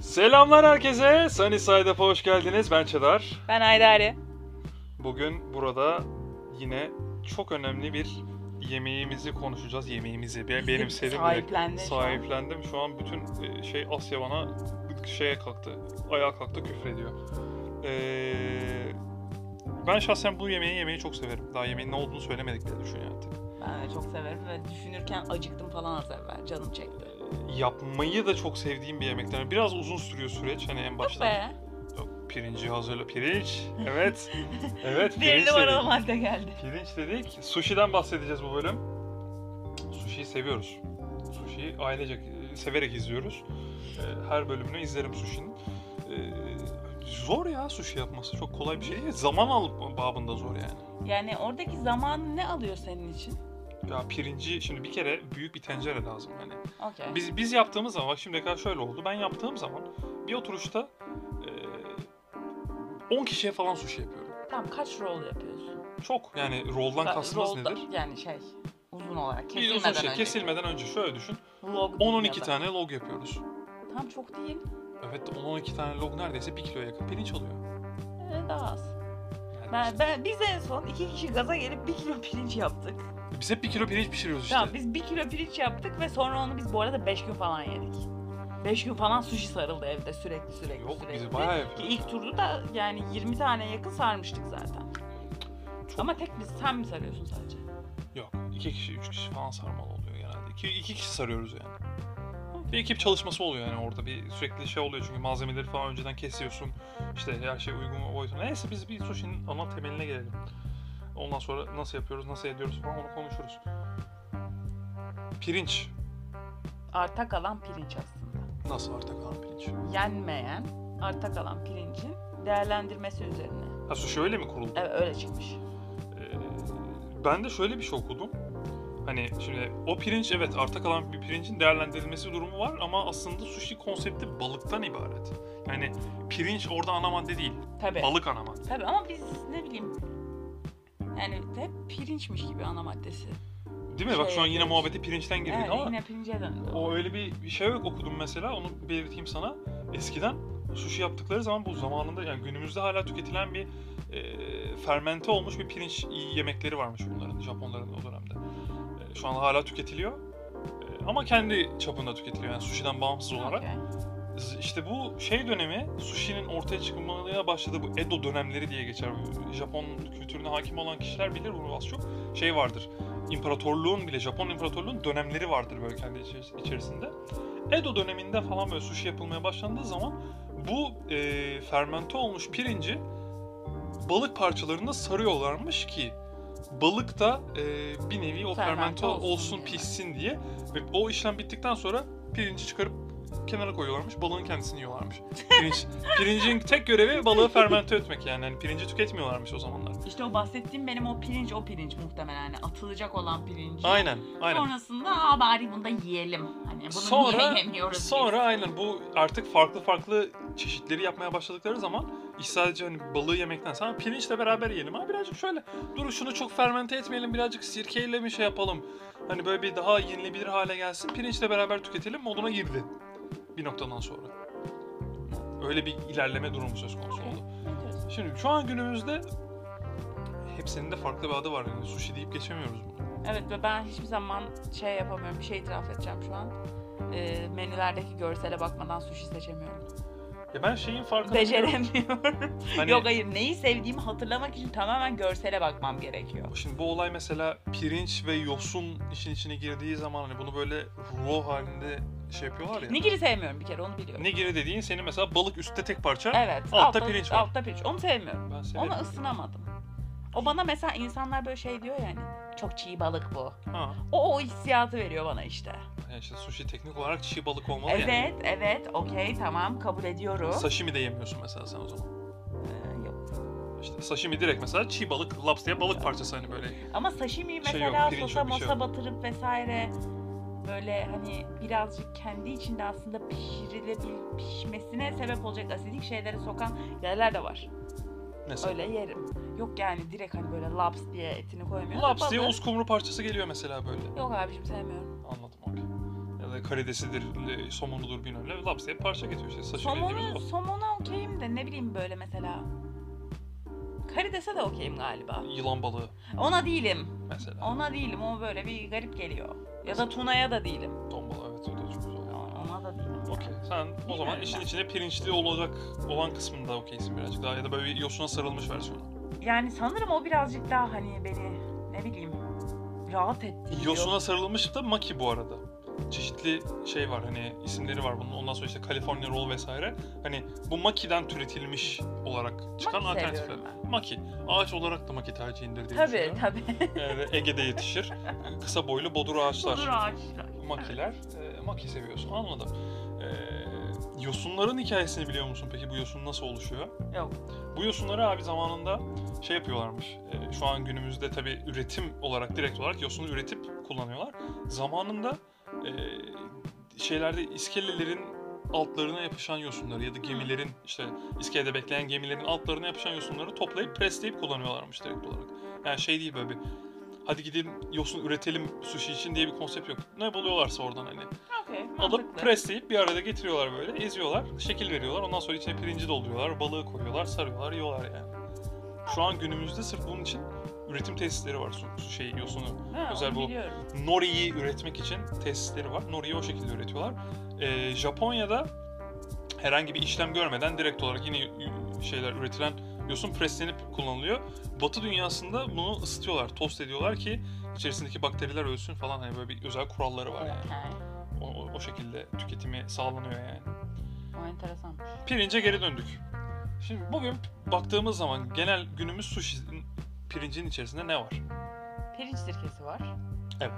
Selamlar herkese. Sunny Side'a hoş geldiniz. Ben Çedar. Ben Aydari. Bugün burada yine çok önemli bir yemeğimizi konuşacağız. Yemeğimizi be- benimsedim. direkt. Sahiplendi. şu an. Sahiplendim. Şu an bütün e, şey Asya bana şeye kalktı. Ayağa kalktı küfür ediyor. Ee, ben şahsen bu yemeği yemeyi çok severim. Daha yemeğin ne olduğunu söylemedik diye E, düşün yani. Ben de çok severim ve düşünürken acıktım falan az evvel. Canım çekti. Yapmayı da çok sevdiğim bir yemekler. Biraz uzun sürüyor süreç hani en başta. Be. Pirinci hazırla. Pirinç. Evet. evet. Bir pirinç numaralı dedik. madde geldi. Pirinç dedik. Sushi'den bahsedeceğiz bu bölüm. Sushi'yi seviyoruz. Sushi'yi ailecek e, severek izliyoruz. E, Her bölümünü izlerim Sushi'nin. E, Zor ya sushi yapması. Çok kolay bir şey değil. Zaman alıp babında zor yani. Yani oradaki zaman ne alıyor senin için? Ya pirinci şimdi bir kere büyük bir tencere lazım yani. Okey. Biz biz yaptığımız zaman bak şimdiye kadar şöyle oldu. Ben yaptığım zaman bir oturuşta e, 10 kişiye falan sushi yapıyorum. Tam kaç rol yapıyorsun? Çok yani roldan Ka- kastımız rolda- nedir? Yani şey uzun olarak Bir kesilmeden uzun şey, önce. kesilmeden önce şöyle düşün. 10-12 Vlog dünyada. tane log yapıyoruz. Tam çok değil. Evet 10-12 tane log neredeyse 1 kiloya yakın pirinç alıyor. Ee, daha az. Yani Ben, ben, biz en son iki kişi gaza gelip bir kilo pirinç yaptık. işte- Biz hep 1 kilo pirinç pişiriyoruz işte. Tamam biz bir kilo pirinç yaptık ve sonra onu biz bu arada 5 gün falan yedik. 5 gün falan sushi sarıldı evde sürekli sürekli Yok sürekli. biz bayağı yapıyoruz. Ki ilk turda da yani 20 tane yakın sarmıştık zaten. Çok- Ama tek biz sen mi sarıyorsun sadece? Yok 2 kişi 3 kişi falan sarmalı oluyor genelde. 2, 2 kişi sarıyoruz yani. Bir ekip çalışması oluyor yani orada bir sürekli şey oluyor çünkü malzemeleri falan önceden kesiyorsun. İşte her şey uygun mu, boyutuna. Neyse biz bir sushi'nin ana temeline gelelim. Ondan sonra nasıl yapıyoruz, nasıl ediyoruz falan onu konuşuruz. Pirinç. Arta kalan pirinç aslında. Nasıl arta kalan pirinç? Yenmeyen arta kalan pirincin değerlendirmesi üzerine. Ha sushi öyle mi kuruldu? Evet öyle çıkmış. Ee, ben de şöyle bir şey okudum. Hani şimdi o pirinç evet arta kalan bir pirincin değerlendirilmesi durumu var ama aslında sushi konsepti balıktan ibaret. Yani pirinç orada ana madde değil. Tabii. Balık ana madde. Tabii ama biz ne bileyim yani hep pirinçmiş gibi ana maddesi. Değil mi? Bak şu an Şey, yine evet. muhabbete pirinçten girdik Evet ama yine pirince döndü. o öyle bir bir şey yok okudum mesela onu belirteyim sana. Eskiden sushi yaptıkları zaman bu zamanında yani günümüzde hala tüketilen bir e, fermente olmuş bir pirinç yemekleri varmış bunların Japonların o dönemde. E, şu an hala tüketiliyor. E, ama kendi çapında tüketiliyor yani sushi'den bağımsız olarak. Okey. Z- İşte bu şey dönemi sushi'nin ortaya çıkmaya başladığı bu Edo dönemleri diye geçer. Bu Japon kültürüne hakim olan kişiler bilir bunu az çok. Şey vardır. İmparatorluğun bile Japon imparatorluğun dönemleri vardır böyle kendi içeris- içerisinde. Edo döneminde falan böyle sushi yapılmaya başlandığı zaman bu e, fermente olmuş pirinci balık parçalarında sarıyorlarmış ki balık da e, bir nevi o fermente, Fermente olsun, olsun diye. pişsin diye. Ve o işlem bittikten sonra pirinci çıkarıp kenara koyuyorlarmış. Balığın kendisini yiyorlarmış. Pirinç, pirincin tek görevi balığı fermente etmek yani. Hani pirinci tüketmiyorlarmış o zamanlar. İşte o bahsettiğim benim o pirinç o pirinç muhtemelen yani atılacak olan pirinç. Aynen, aynen. Sonrasında "Aa, bari bunu da yiyelim. Hani bunu Sonra- niye yemiyoruz biz?" Sonra aynen bu artık farklı farklı çeşitleri yapmaya başladıkları zaman iş sadece hani balığı yemekten sonra pirinçle beraber yiyelim. Ha birazcık şöyle dur şunu çok fermente etmeyelim birazcık sirkeyle mi şey yapalım. Hani böyle bir daha yenilebilir hale gelsin pirinçle beraber tüketelim moduna girdi bir noktadan sonra. Öyle bir ilerleme durumu söz konusu oldu. Ne diyorsun? Şimdi şu an günümüzde hepsinin de farklı bir adı var. Yani sushi deyip geçemiyoruz bunu. Evet ve ben hiçbir zaman şey yapamıyorum. Bir şey itiraf edeceğim şu an. Ee, menülerdeki görsele bakmadan sushi seçemiyorum. Ya ben şeyin farkına varıyorum. Beceremiyorum. Hani- Yok hayır neyi sevdiğimi hatırlamak için tamamen görsele bakmam gerekiyor. Şimdi bu olay mesela pirinç ve yosun işin içine girdiği zaman hani bunu böyle rulo halinde şey yapıyorlar ya. Nigiri sevmiyorum bir kere onu biliyorum. Nigiri dediğin senin mesela balık üstte tek parça. Evet. Altta pirinç var. Altta pirinç. Onu sevmiyorum. Ben severim. Ona ısınamadım. O bana mesela insanlar böyle şey diyor yani. Çok çiğ balık bu. Ha. O, o hissiyatı veriyor bana işte. Yani işte sushi teknik olarak çiğ balık olmalı yani. Evet, evet, okey, tamam, kabul ediyorum. Sashimi de yemiyorsun mesela sen o zaman. Ee, yok. İşte sashimi direkt mesela çiğ balık, lobster balık parçası hani böyle. Ama sashimi Şey yok, mesela pirinç yok, sosa bir şey mosa yok. batırıp vesaire böyle hani birazcık kendi içinde aslında pişirilebil pişmesine sebep olacak asidik şeyleri sokan yerler de var. Mesela. Öyle yerim. Yok yani direkt hani böyle laps diye etini koymuyor. Laps diye Balığı- uskumru parçası geliyor mesela böyle. Yok abicim sevmiyorum. Anladım okey. Ya da e, karidesidir, e, somonudur bilmem ne. Laps diye parça getiriyor işte. Sashimi Somonu, dediğimiz o. somona okeyim de ne bileyim böyle mesela. Karidese de okeyim galiba. Yılan balığı Ona değilim. mesela. Ona değilim. O böyle bir garip geliyor. Ya da tunaya da değilim. Ton balığı evet o da çok güzel. Ona ona da değilim. Okey. Sen o zaman Bilmiyorum işin ben. içine pirinçli olacak olan kısmında okeysin birazcık daha ya da böyle bir yosuna sarılmış versiyonu. Yani sanırım o birazcık daha hani beni ne bileyim rahat ettiriyor. Yosuna sarılmış da maki bu arada. Çeşitli şey var hani isimleri var bunun. Ondan sonra işte California Roll vesaire. Hani bu maki'den türetilmiş olarak çıkan Maki alternatifler. seviyorum Maki. Ağaç olarak da maki tercihindir diye Tabii düşünüyorum. tabii. Yani Ege'de yetişir. Kısa boylu bodur ağaçlar. Olur ağaçlar. Makiler. e, maki seviyorsun. Anladım. E, yosunların hikayesini biliyor musun peki? Bu yosun nasıl oluşuyor? Yok. Bu yosunları abi zamanında şey yapıyorlarmış. e, şu an günümüzde tabii üretim olarak direkt olarak yosunu üretip kullanıyorlar. Zamanında e, şeylerde iskelelerin altlarına yapışan yosunları ya da gemilerin işte iskelede bekleyen gemilerin altlarına yapışan yosunları toplayıp presleyip kullanıyorlarmış direkt olarak. Yani şey değil böyle bir hadi gidelim yosun üretelim sushi için diye bir konsept yok. Ne buluyorlarsa oradan hani Okey. alıp mantıklı. presleyip bir arada getiriyorlar böyle. Eziyorlar, şekil veriyorlar. Ondan sonra içine pirinci dolduruyorlar, balığı koyuyorlar, sarıyorlar, yiyorlar yani. Şu an günümüzde sırf bunun için üretim tesisleri var su, su şey yosunu. Ha, özel onu bu. biliyorum. Nori'yi üretmek için tesisleri var. Nori'yi o şekilde üretiyorlar. Ee, Japonya'da herhangi bir işlem görmeden direkt olarak yine y- y- şeyler üretilen yosun preslenip kullanılıyor. Batı dünyasında bunu ısıtıyorlar, tost ediyorlar ki içerisindeki bakteriler ölsün falan hani böyle bir özel kuralları var yani. Ha, O, o- o şekilde tüketimi sağlanıyor yani. o enteresanmış. Pirince geri döndük. Şimdi bugün baktığımız zaman genel günümüz sushi pirincin içerisinde ne var? Pirinç sirkesi var. Evet.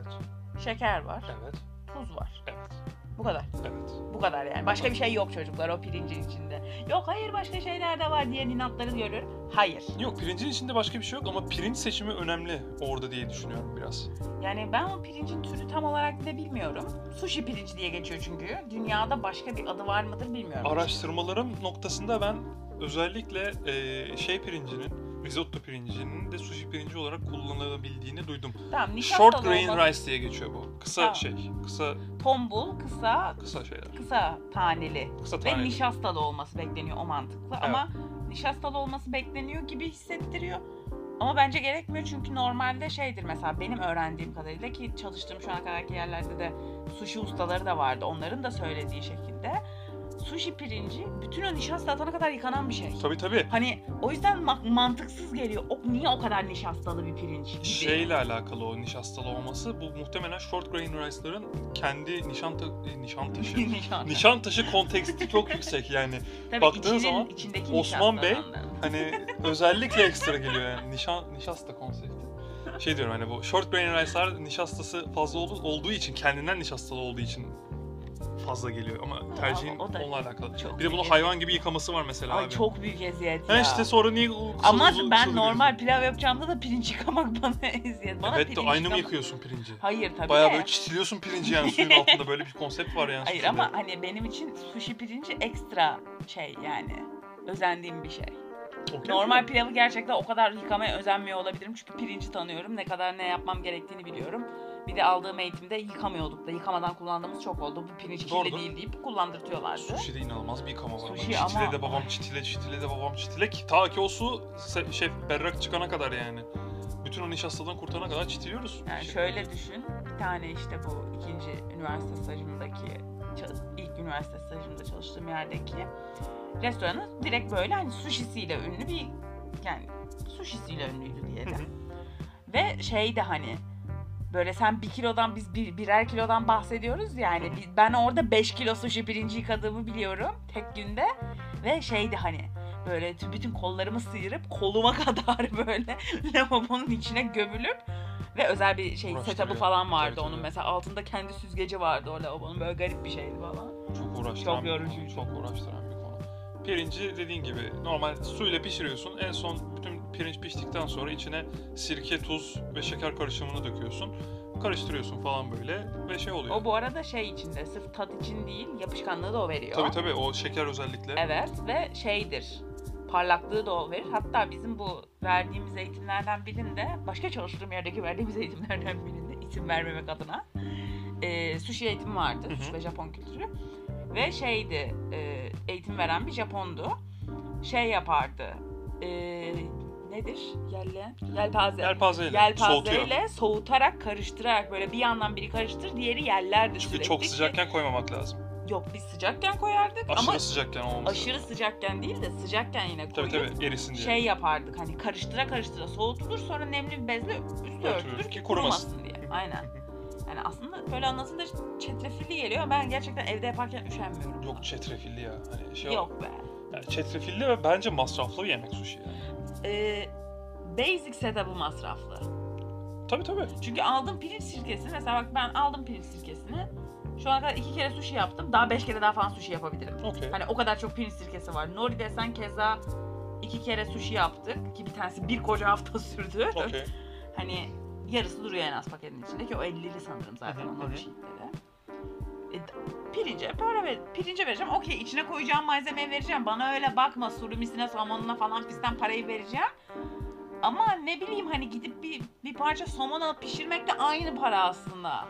Şeker var. Evet. Tuz var. Evet. Bu kadar. Evet. Bu kadar yani. Başka bir şey yok çocuklar o pirincin içinde. Yok hayır başka şeyler de var diye inatları görüyorum. Hayır. Yok pirincin içinde başka bir şey yok ama pirinç seçimi önemli orada diye düşünüyorum biraz. Yani ben o pirincin türü tam olarak da bilmiyorum. Sushi pirinci diye geçiyor çünkü. Dünyada başka bir adı var mıdır bilmiyorum. Araştırmalarım noktasında ben özellikle eee, şey pirincinin, risotto pirincinin de sushi pirinci olarak kullanılabildiğini duydum. Tamam nişasta Short da grain olmaz. rice diye geçiyor bu. Kısa Tamam. şey, kısa Tombul, kısa, kısa şeyler. kısa taneli. Kısa Ve tane. nişastalı olması bekleniyor o mantıklı. Ama nişastalı olması bekleniyor gibi hissettiriyor. Ama bence gerekmiyor çünkü normalde şeydir mesela benim öğrendiğim kadarıyla ki çalıştığım şu ana kadarki yerlerde de sushi ustaları da vardı. Onların da söylediği şekilde sushi pirinci bütün o nişasta atana kadar yıkanan bir şey. Tabii tabii. Hani o yüzden ma- mantıksız geliyor. O, niye o kadar nişastalı bir pirinç gibi? şeyle alakalı o nişastalı olması. Bu muhtemelen short grain rice'ların kendi nişan, ta- e, nişan taşı. Nişasta. nişan taşı konteksti çok yüksek yani. Tabii baktığın içinin- zaman içindeki Osman Bey- nişastadan da. Hani özellikle ekstra geliyor yani. Nişan, nişasta konsepti. Şey diyorum hani bu short grain rice'lar nişastası fazla oldu- olduğu için, kendinden nişastalı olduğu için fazla geliyor. Ama tercihin ama o da- onunla alakalı. Çok Bir de bunu büyük hayvan gibi yıkaması var mesela Ay abi. çok büyük eziyet ya. Ha işte sonra niye u- kısa- Ama uzun- kısa ben duruyorsun? normal pilav yapacağımda da pirinç yıkamak bana eziyet. Bana Evet de pirinç aynı mı yıkamak- yıkıyorsun pirinci? Hayır tabii Bayağı de. böyle çitiliyorsun pirinci yani suyun altında böyle bir konsept var yani. Hayır sushide. ama hani benim için sushi pirinci ekstra şey yani özendiğim bir şey. Okey. Normal pilavı gerçekten o kadar yıkamaya özenmiyor olabilirim çünkü pirinci tanıyorum. Ne kadar ne yapmam gerektiğini biliyorum. Bir de aldığım eğitimde yıkamıyorduk da yıkamadan kullandığımız çok oldu. Bu pirinç kirli Doğrudur. değil deyip kullandırtıyorlardı. Sushi'de inanılmaz bir yıkama var. Sushi Çitile ama- de babam çitile, çitile de babam çitile. ki Ta ki o su se- şef berrak çıkana kadar yani. Bütün o nişastadan kurtarana kadar çitiliyoruz. Yani Şey- şöyle düşün. Bir tane işte bu ikinci üniversite stajımdaki ça- ilk üniversite stajımda çalıştığım yerdeki restoranı direkt böyle hani suşisiyle ünlü bir yani suşisiyle ünlüydü diyelim. Hı hı. Ve şey de hani böyle sen bir kilodan biz bir, birer kilodan bahsediyoruz yani Hı hı. biz, ben orada 5 kilo suşi pirinci yıkadığımı biliyorum tek günde ve şeydi hani böyle tüm- bütün kollarımı sıyırıp koluma kadar böyle lavabonun içine gömülüp ve özel bir şey Uğraştırıyor. setup'ı falan vardı Tabii, onun tabii. mesela altında kendi süzgeci vardı o lavabonun böyle garip bir şeydi falan. Çok uğraştıran Çok bir yorucu. konu, Çok uğraştıran bir konu. Pirinci dediğin gibi normal suyla pişiriyorsun. En son bütün pirinç piştikten sonra içine sirke, tuz ve şeker karışımını döküyorsun. Karıştırıyorsun falan böyle ve şey oluyor. O bu arada şey içinde sırf tat için değil yapışkanlığı da o veriyor. Tabii tabii o şeker özellikle. Evet ve şeydir. Parlaklığı da o verir. Hatta bizim bu verdiğimiz eğitimlerden birinde, başka çalıştığım yerdeki verdiğimiz eğitimlerden birinde isim vermemek adına e, sushi eğitimi vardı. Hı hı. Sushi ve Japon kültürü. Ve şeydi e, eğitim veren bir Japondu. Şey yapardı. E, nedir? Yelle. Yelpaze. Yelpazeyle, soğutuyor. Yelpazeyle soğutarak karıştırarak böyle bir yandan biri karıştır diğeri yerlerdi Çünkü sürekli. çok ki- sıcakken koymamak lazım. Yok biz sıcakken koyardık Aşırı ama sıcakken olmaz. aşırı sıcakken değil de sıcakken yine Tabii koyup tabii erisin diye. şey yapardık hani karıştıra karıştıra soğutulur sonra nemli bir bezle üstü Örtülür örtülür ki ki kurumasın. kurumasın, diye. Aynen. Yani aslında böyle anlatınca çetrefilli geliyor ama ben gerçekten evde yaparken üşenmiyorum. Yok çetrefilli ya. Hani şey Yok be. Yani çetrefilli ve bence masraflı bir yemek sushi yani. Ee, basic setup'ı masraflı. Tabii tabii. Çünkü aldım pirinç sirkesini mesela bak ben aldım pirinç sirkesini. Şu ana kadar iki kere sushi yaptım. Daha beş kere daha falan sushi yapabilirim. Okey. Hani o kadar çok pirinç sirkesi var. Nori desen keza iki kere sushi yaptık. Ki bir tanesi bir koca hafta sürdü. Okey. Hani yarısı duruyor en az paketin içinde ki o 50'li sanırım zaten Hı hı, onun hı. şeyleri. E, pirince böyle ver, pirince vereceğim. Okey içine koyacağım malzemeyi vereceğim. Bana öyle bakma surumisine, somonuna falan fistan parayı vereceğim. Ama ne bileyim hani gidip bir, bir parça somon alıp pişirmek de aynı para aslında.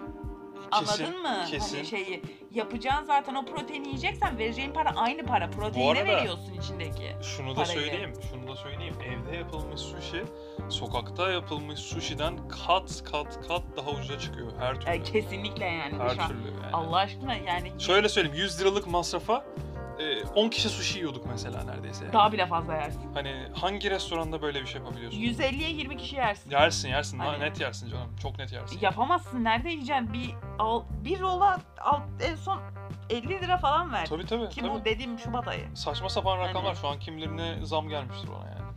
Kesin. Anladın mı? kesin. Hani şeyi yapacağın zaten o proteini yiyeceksen vereceğin para aynı para. Proteine arada- veriyorsun içindeki. Şunu da Parayı. söyleyeyim, şunu da söyleyeyim. Evde yapılmış sushi, sokakta yapılmış sushi'den kat kat kat daha ucuza çıkıyor her türlü. E, kesinlikle yani. Şu her an- türlü yani. Allah aşkına yani Şöyle söyleyeyim, 100 liralık masrafa e, 10 kişi sushi yiyorduk mesela neredeyse. yani. daha bile fazla yersin. Hani hangi restoranda böyle bir şey yapabiliyorsun? 150'ye 20 kişi yersin. Yersin yersin, Hani- net yersin canım. Çok net yersin. Yapamazsın. Nerede yiyeceksin? Bir al, bir rola al, en son 50 lira falan ver. Tabii tabii. Kim tabii. o dediğim Şubat ayı. Saçma sapan rakamlar Hani- şu an kimlerine zam gelmiştir ona yani.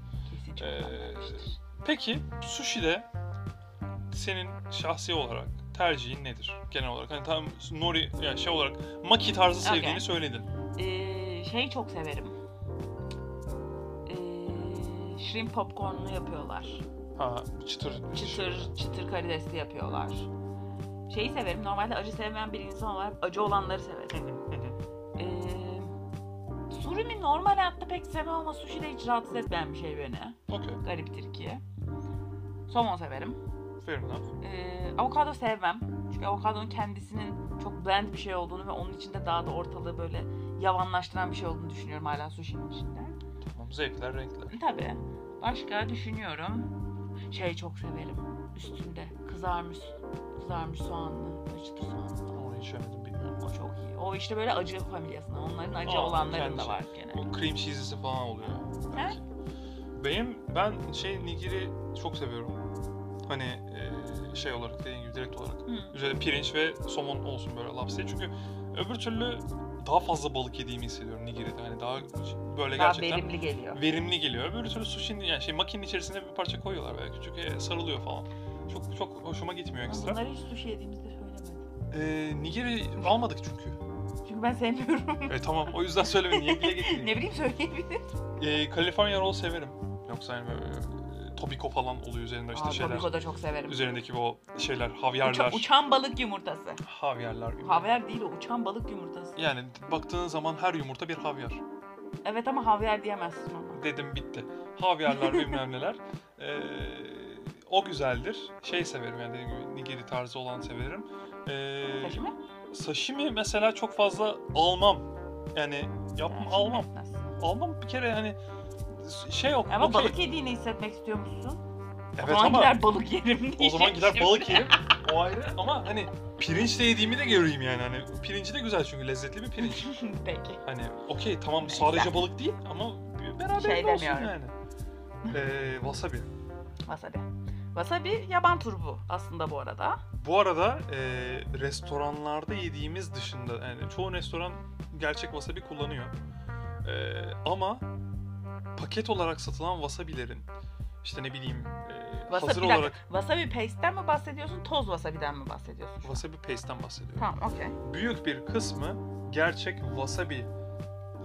Kesin çok Ee, anlamıştır. Peki sushi'de senin şahsi olarak tercihin nedir? Genel olarak hani tam nori yani şey olarak maki tarzı Okey. sevdiğini söyledin. Ee, şey çok severim. Ee, shrimp popcorn'unu yapıyorlar. Ha çıtır. Çıtır, çıtır karidesli yapıyorlar. Şeyi severim. Normalde acı sevmeyen bir insan olarak acı olanları severim. Hı hı, hı hı. Ee, surimi normal hayatta pek sevmem ama sushi de hiç rahatsız etmeyen bir şey beni. Okey. Gariptir ki. Somon severim. Fair enough. Ee, avokado sevmem. Çünkü avokadonun kendisinin çok bland bir şey olduğunu ve onun içinde daha da ortalığı böyle yavanlaştıran bir şey olduğunu düşünüyorum hala sushi'nin içinde. Tamam zevkler renkler. Tabii. Başka düşünüyorum. Şey çok severim. Üstünde kızarmış kızarmış soğanlı, böyle çıtır soğanlı. falan. Onu hiç yemedim bilmiyorum. O çok iyi. O işte böyle acı familyasına. Onların acı Aa, olanların da kendi var gene. O cream cheese'lisi falan oluyor. belki. Benim ben şey nigiri çok seviyorum. Hani e, şey olarak dediğim gibi direkt olarak. Hı. Üzerine pirinç ve somon olsun böyle lapse. Çünkü öbür türlü daha fazla balık yediğimi hissediyorum nigiride. Hani daha böyle Daha gerçekten verimli geliyor. verimli geliyor. Öbür türlü sushi'nin yani şey makinin içerisine bir parça koyuyorlar böyle küçük e, sarılıyor falan. Çok çok hoşuma gitmiyor ekstra. Bunları hiç sushi yediğimizde söylemedim. Ee, nigiri almadık çünkü. Çünkü ben sevmiyorum. E tamam o yüzden söylemedim. Niye bile ne getireyim. bileyim söyleyebilirim. Ee, California roll severim. Yoksa hani böyle e, tobiko falan oluyor üzerinde işte Aa, şeyler. Tobiko da çok severim. Üzerindeki bu şeyler Uça- havyarlar. uçan balık yumurtası. Havyarlar. gibi. Havyar değil o uçan balık yumurtası. Yani baktığın zaman her yumurta bir havyar. Evet ama havyar diyemezsin ona. dedim bitti. Havyarlar bilmem neler. Ee, o güzeldir. Şey severim yani dediğim gibi nigiri tarzı olan severim. Ee, Saçma. sashimi mesela çok fazla almam. Yani yapmam Yani almam. etmez. Almam bir kere hani şey yok. Ama okey. balık yediğini hissetmek istiyor musun? Evet o zaman ama gider balık yerim diyecek o zaman gider şimdi. balık yerim. O ayrı ama hani pirinçle yediğimi de göreyim yani hani pirinci de güzel çünkü lezzetli bir pirinç. Peki. Hani okey tamam Neyse. sadece balık değil ama beraber Şey olsun demiyorum. yani. Ee, wasabi. Wasabi. Wasabi yaban turbu aslında bu arada. Bu arada e, restoranlarda yediğimiz dışında yani çoğu restoran gerçek wasabi kullanıyor. E, ama paket olarak satılan wasabilerin işte ne bileyim e, Wasabi, hazır bir dakika. olarak Wasabi paste'ten mi bahsediyorsun, toz wasabi'den mi bahsediyorsun? wasabi paste'ten bahsediyorum. Tamam, okey. Büyük bir kısmı gerçek wasabi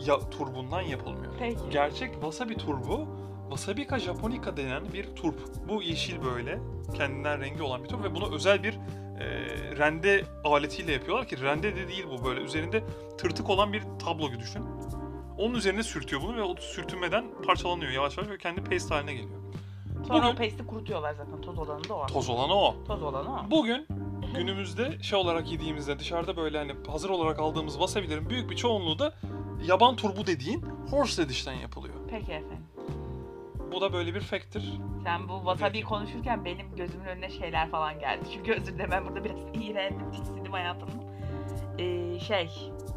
ya, turbundan yapılmıyor. Peki. Gerçek wasabi turbu Wasabika japonica denen bir turp. Bu yeşil böyle kendinden rengi olan bir turp ve bunu özel bir e, rende aletiyle yapıyorlar ki rende de değil bu böyle üzerinde tırtık olan bir tablo gibi düşün. Onun üzerine sürtüyor bunu ve o sürtünmeden parçalanıyor yavaş yavaş ve kendi paste haline geliyor. Sonra o Bugün- paste'i kurutuyorlar zaten toz olanı da o. Toz olan o. Toz olanı o. Bugün günümüzde şey olarak yediğimizde dışarıda böyle hani hazır olarak aldığımız wasabilerin büyük bir çoğunluğu da yaban turbu dediğin horseradish'ten yapılıyor. Peki efendim. Bu da böyle bir faktör. Sen bu wasabi Peki. konuşurken benim gözümün önüne şeyler falan geldi. Çünkü özür dilerim ben burada biraz iğrendim, tiksindim hayatımdan. Ee, şey,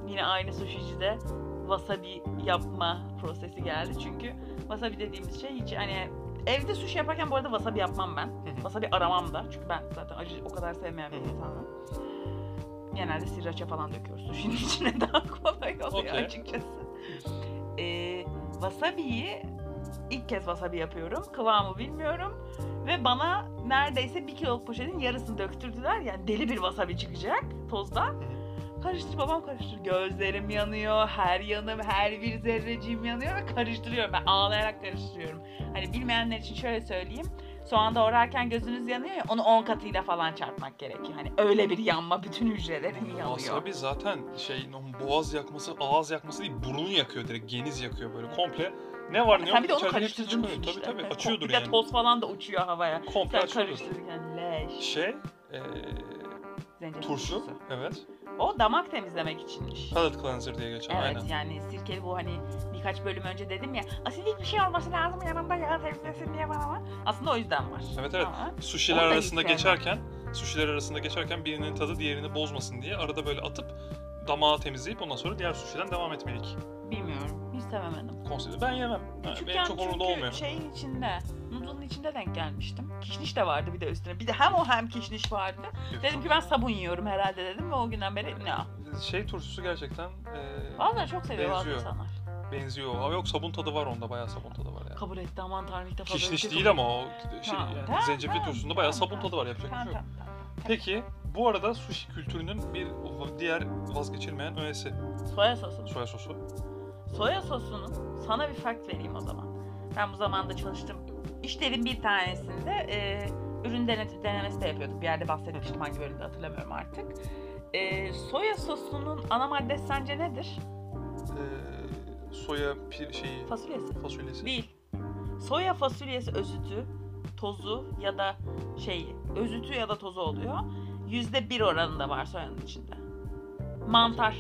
yine aynı sushicide wasabi yapma prosesi geldi. Çünkü wasabi dediğimiz şey hiç hani evde sushi yaparken bu arada wasabi yapmam ben. Wasabi aramam da. Çünkü ben zaten acı o kadar sevmeyen bir Hı hı. insanım. Genelde sriracha falan döküyoruz sushi'nin içine daha kolay oluyor Okey. açıkçası. Ee, wasabi'yi ilk kez wasabi yapıyorum. Kıvamı bilmiyorum. Ve bana neredeyse bir kiloluk poşetin yarısını döktürdüler. Yani deli bir wasabi çıkacak tozdan. Karıştır babam karıştır. Gözlerim yanıyor, her yanım, her bir zerreciğim yanıyor ve karıştırıyorum. Ben ağlayarak karıştırıyorum. Hani bilmeyenler için şöyle söyleyeyim. Soğan doğrarken gözünüz yanıyor ya onu 10 katıyla falan çarpmak gerekiyor. Hani öyle bir yanma bütün hücrelerin yanıyor. Wasabi zaten şey boğaz yakması, ağız yakması değil burnu yakıyor direkt, geniz yakıyor böyle komple. Ne var ne yok E, Sen bir de onu içeriden hepsi karıştırdın çıkıyor. Tabii tabii Evet. açıyordur bir yani. de toz falan da uçuyor havaya. komple Sen açıyordur. karıştırırken leş. Şey, eee, Zencefil turşu, turşusu. evet. O damak temizlemek içinmiş. Palate cleanser diye geçer Evet aynen. yani sirkeli bu hani birkaç bölüm önce dedim ya asidik bir şey olması lazım yanında yağ temizlesin diye falan ama aslında o yüzden var. Evet, evet. Ama Suşiler Onu da hiç arasında sevmem. geçerken, suşiler arasında geçerken birinin tadı diğerini bozmasın diye arada böyle atıp damağı temizleyip ondan sonra diğer suşiden devam etmelik bilmiyorum hiç sevemedim. konsepti. Ben yemem. Yani benim Küçükken çok çünkü şey, umurumda olmuyor. şeyin içinde, noodle'ın içinde denk gelmiştim. Kişniş de vardı bir de üstüne. Bir de hem o hem kişniş vardı. Dedim ki ben sabun yiyorum herhalde dedim ve o günden beri ne? Şey turşusu gerçekten eee, Bazen çok seviyor bazı Benziyor. insanlar. benziyor. Ama yok sabun tadı var onda bayağı sabun tadı var yani. Kabul etti aman tanrım ilk defa böyle bir Kişniş şey değil kabul- ama o şey, Tamam, yani tamam, zencefil tamam, turşusunda bayağı tamam, sabun tadı var yapacak bir şey Tamam yok. tamam tamam. Peki bu arada sushi kültürünün bir diğer vazgeçilmeyen öğesi Soya sosu. soya sosu. Soya sosunun sana bir fact vereyim o zaman. Ben bu zamanda çalıştım. İşlerin bir tanesinde e, ürün denet- denemesi de yapıyorduk. Bir yerde bahsetmiştim hangi bölümde hatırlamıyorum artık. E, soya sosunun ana maddesi sence nedir? Eee, E, soya pir şeyi Fasulyesi. fasulyesi. Değil. Soya fasulyesi özütü, tozu ya da şey özütü ya da tozu oluyor. Yüzde bir oranında var soyanın içinde. Mantar.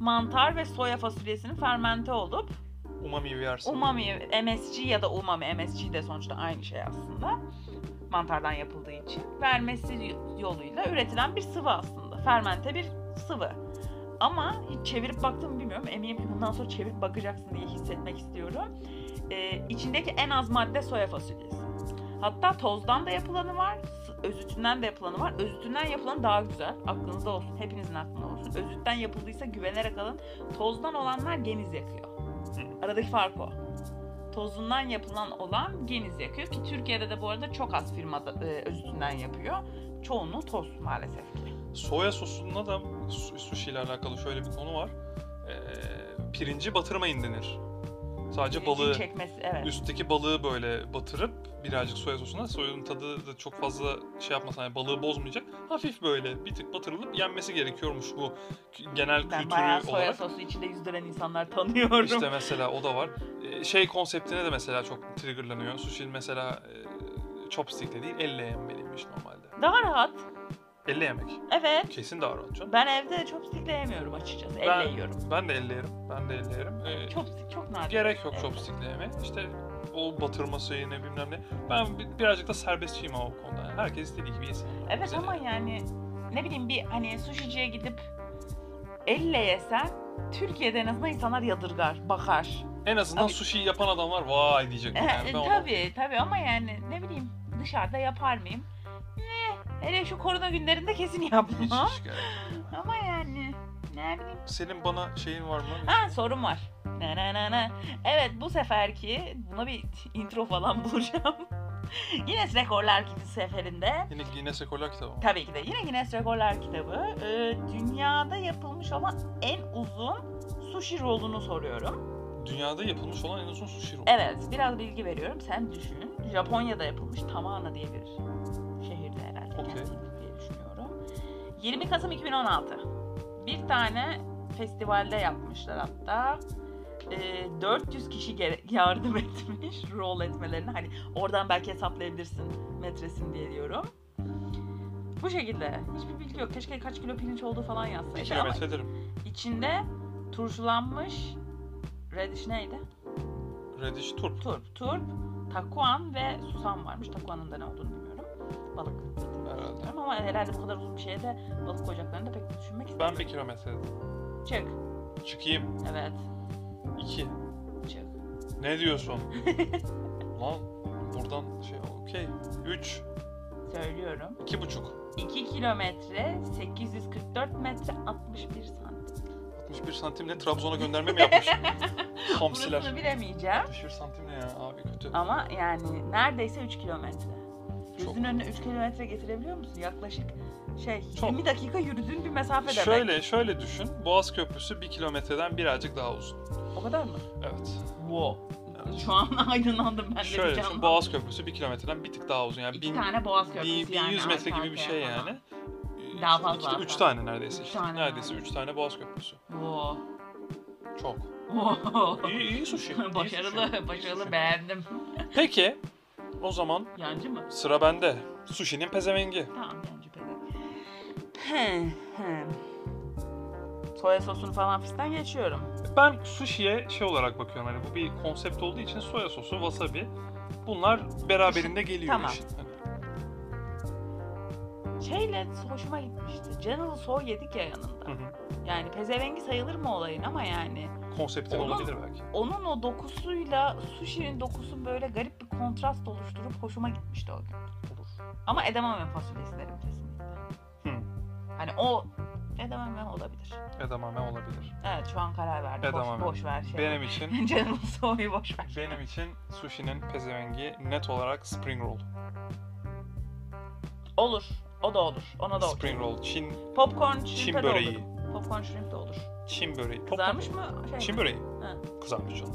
Mantar ve soya fasulyesinin fermente olup Umami versin. umami, MSG ya da umami, MSG de sonuçta aynı şey aslında. Mantardan yapıldığı için. Vermesi yoluyla üretilen bir sıvı aslında. Fermente bir sıvı. Ama hiç çevirip baktım mı bilmiyorum. Eminim ki bundan sonra çevirip bakacaksın diye hissetmek istiyorum. Ee, içindeki en az madde soya fasulyesi. Hatta tozdan da yapılanı var, s- özütünden de yapılanı var. Özütünden yapılan daha güzel. Aklınızda olsun, hepinizin aklında olsun. Özütten yapıldıysa güvenerek alın. Tozdan olanlar geniz yakıyor. Aradaki fark o. Tozundan yapılan olan geniz yakıyor ki Türkiye'de de bu arada çok az firma da, e, özütünden yapıyor. Çoğunluğu toz maalesef ki. Soya sosunda da su- sushi ile alakalı şöyle bir konu var. Ee, pirinci batırmayın denir. Sadece Pirincin balığı, E, çekmesi evet. üstteki balığı böyle batırıp birazcık soya sosuna, soyanın tadı da çok fazla şey yapmasan yani balığı bozmayacak. Hafif böyle bir tık batırılıp yenmesi gerekiyormuş bu kü- genel ben bayağı kültürü soya olarak. sosu içinde yüzdüren insanlar tanıyorum. İşte mesela o da var. Ee, Şey konseptine de mesela çok triggerlanıyor. Sushi mesela e, chopstick'le değil elle yenmeliymiş normalde. Daha rahat. Elle yemek. Evet. Kesin daha rahat canım. Ben evde chopstickle yemiyorum açıkçası. Elle Ben- yiyorum. Ben de elle yerim. Ben de elle yerim. Ee, Chopstick çok nadir. Gerek yok Evet. chopstick'le yeme. İşte o batırması yine bilmem ne. Ben bi- birazcık da serbestçiyim ama o konuda. Yani Herkes istediği gibi yesin. Evet Bize ama ne? yani ne bileyim bir hani sushiciye gidip elle yesen Türkiye'de en azından insanlar yadırgar, bakar. En azından Abi- sushi'yi yapan adamlar vay diyecek. E, Yani e, ben onu- tabii tabii ama yani ne bileyim dışarıda yapar mıyım? Ne? Hele şu korona günlerinde kesin Hiç, yapmam. hiç gerek. ama yani ne bileyim. Senin bana şeyin var mı? Ha sorum var. Na na na na. Evet bu seferki buna bir intro falan bulacağım. Yine rekorlar gibi seferinde Yine Guinness Ekoller kitabı mı? Tabii ki de. Yine Guinness Rekorlar kitabı. Ee, dünyada yapılmış ama en uzun sushi rolunu soruyorum. Dünyada yapılmış olan en uzun sushi rolü. Evet, biraz bilgi veriyorum. Sen düşün. Japonya'da yapılmış Tamana diye bir şehirde herhalde. Okey. kentiydi diye düşünüyorum. 20 Kasım 2016. Bir tane festivalde yapmışlar hatta. Ee, 400 kişi gere- yardım etmiş rol etmelerini. Hani oradan belki hesaplayabilirsin metresini diye diyorum. Bu şekilde. Hiçbir bilgi yok. Keşke kaç kilo pirinç olduğu falan Bir şey yazsaydı ama kilometre derim. içinde turşulanmış radish neydi? Radish turp. Turp, turp, takuan ve susam varmış. Takuanın da ne olduğunu bilmiyorum. Balık. Herhalde. Bilmiyorum ama herhalde bu kadar uzun bir şeye de balık koyacaklarını da pek düşünmek istemiyorum. Ben bir kilometre dedim. Çık. Çıkayım. Evet. İki. Çık. Ne diyorsun? Lan buradan şey okey. Üç. Söylüyorum. iki buçuk. 2 kilometre 844 metre 61 santim. 61 santimle Trabzon'a gönderme mi yapmış? Hamsiler. Burasını bilemeyeceğim 61 santimle ya abi kötü. ama yani neredeyse 3 kilometre. Çok. Gözün önüne 3 kilometre getirebiliyor musun? Yaklaşık şey Çok. 20 dakika yürüdüğün bir mesafe demek. Şöyle şöyle düşün. Boğaz Köprüsü 1 kilometreden birazcık daha uzun. O kadar mı? Evet. Wow. Evet. Şu an aydınlandım ben de bir Şöyle düşün. canlı. Boğaz Köprüsü 1 kilometreden bir tık daha uzun. Yani İki 1000 tane boğaz Bir- köprüsü yani. 1100 metre arka gibi bir şey arkaya falan. yani. Daha İşte fazla iki- hatta. Üç tane neredeyse. Üç işte. tane neredeyse üç tane Boğaz Köprüsü. Wow. Çok. Wow. İyi, iyi sushi. iyi sushi, iyi başarılı, sushi. başarılı beğendim. Peki, o zaman Yancı mı? sıra bende. Sushi'nin pezevengi. Tamam yancı pede. Soya sosunu falan fistan geçiyorum. Ben sushi'ye şey olarak bakıyorum. Hani bu bir konsept olduğu için soya sosu, wasabi. Bunlar beraberinde geliyor. Tamam. işin. Hani Şeyle hoşuma gitmişti. General So yedik ya yanında. Hı hı. Yani pezevengi sayılır mı olayın ama yani. Konseptin Olmaz. olabilir belki. Onun o dokusuyla sushi'nin dokusu böyle garip bir kontrast oluşturup hoşuma gitmişti o gün. Olur. Ama edamame fasulyesi derim kesinlikle. Hı. Hani o edamame olabilir. Edamame olabilir. Evet şu an karar verdim. Edamame. Boş, boş ver şey. Benim için General So'yu boş ver. benim için sushi'nin pezevengi net olarak spring roll. Olur. O da olur. Ona da olur. Spring roll. Çin Popcorn Çin shrimp'e de olur. böreği. Popcorn shrimp de olur. Çin böreği. Popcorn- Kızarmış mı? Şey Çin mi? böreği. Ha. Kızarmış canım.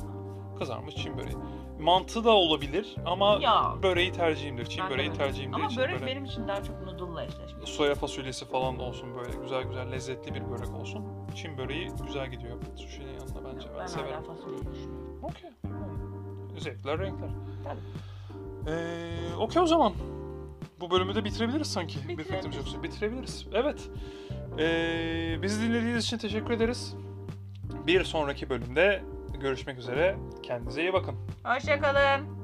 Kızarmış Çin böreği. Mantı da olabilir ama Ya. böreği tercihimdir. Çin Ben de böreği börek. tercihimdir. Ama için börek böyle benim için daha çok noodle'la eşleşmiş. soya fasulyesi falan da olsun böyle güzel güzel lezzetli bir börek olsun. Çin böreği güzel gidiyor. Sushi'nin yanında bence. Ben, ben hala severim. fasulyeyi düşünüyorum. Okey. Zevkler, renkler. Tabii. Ee, Okey o zaman. Bu bölümü de bitirebiliriz sanki. Bir Bitirebiliriz. fikrimiz yoksa. Bitirebiliriz. Evet. Ee, bizi dinlediğiniz için teşekkür ederiz. Bir sonraki bölümde görüşmek üzere. Kendinize iyi bakın. Hoşçakalın.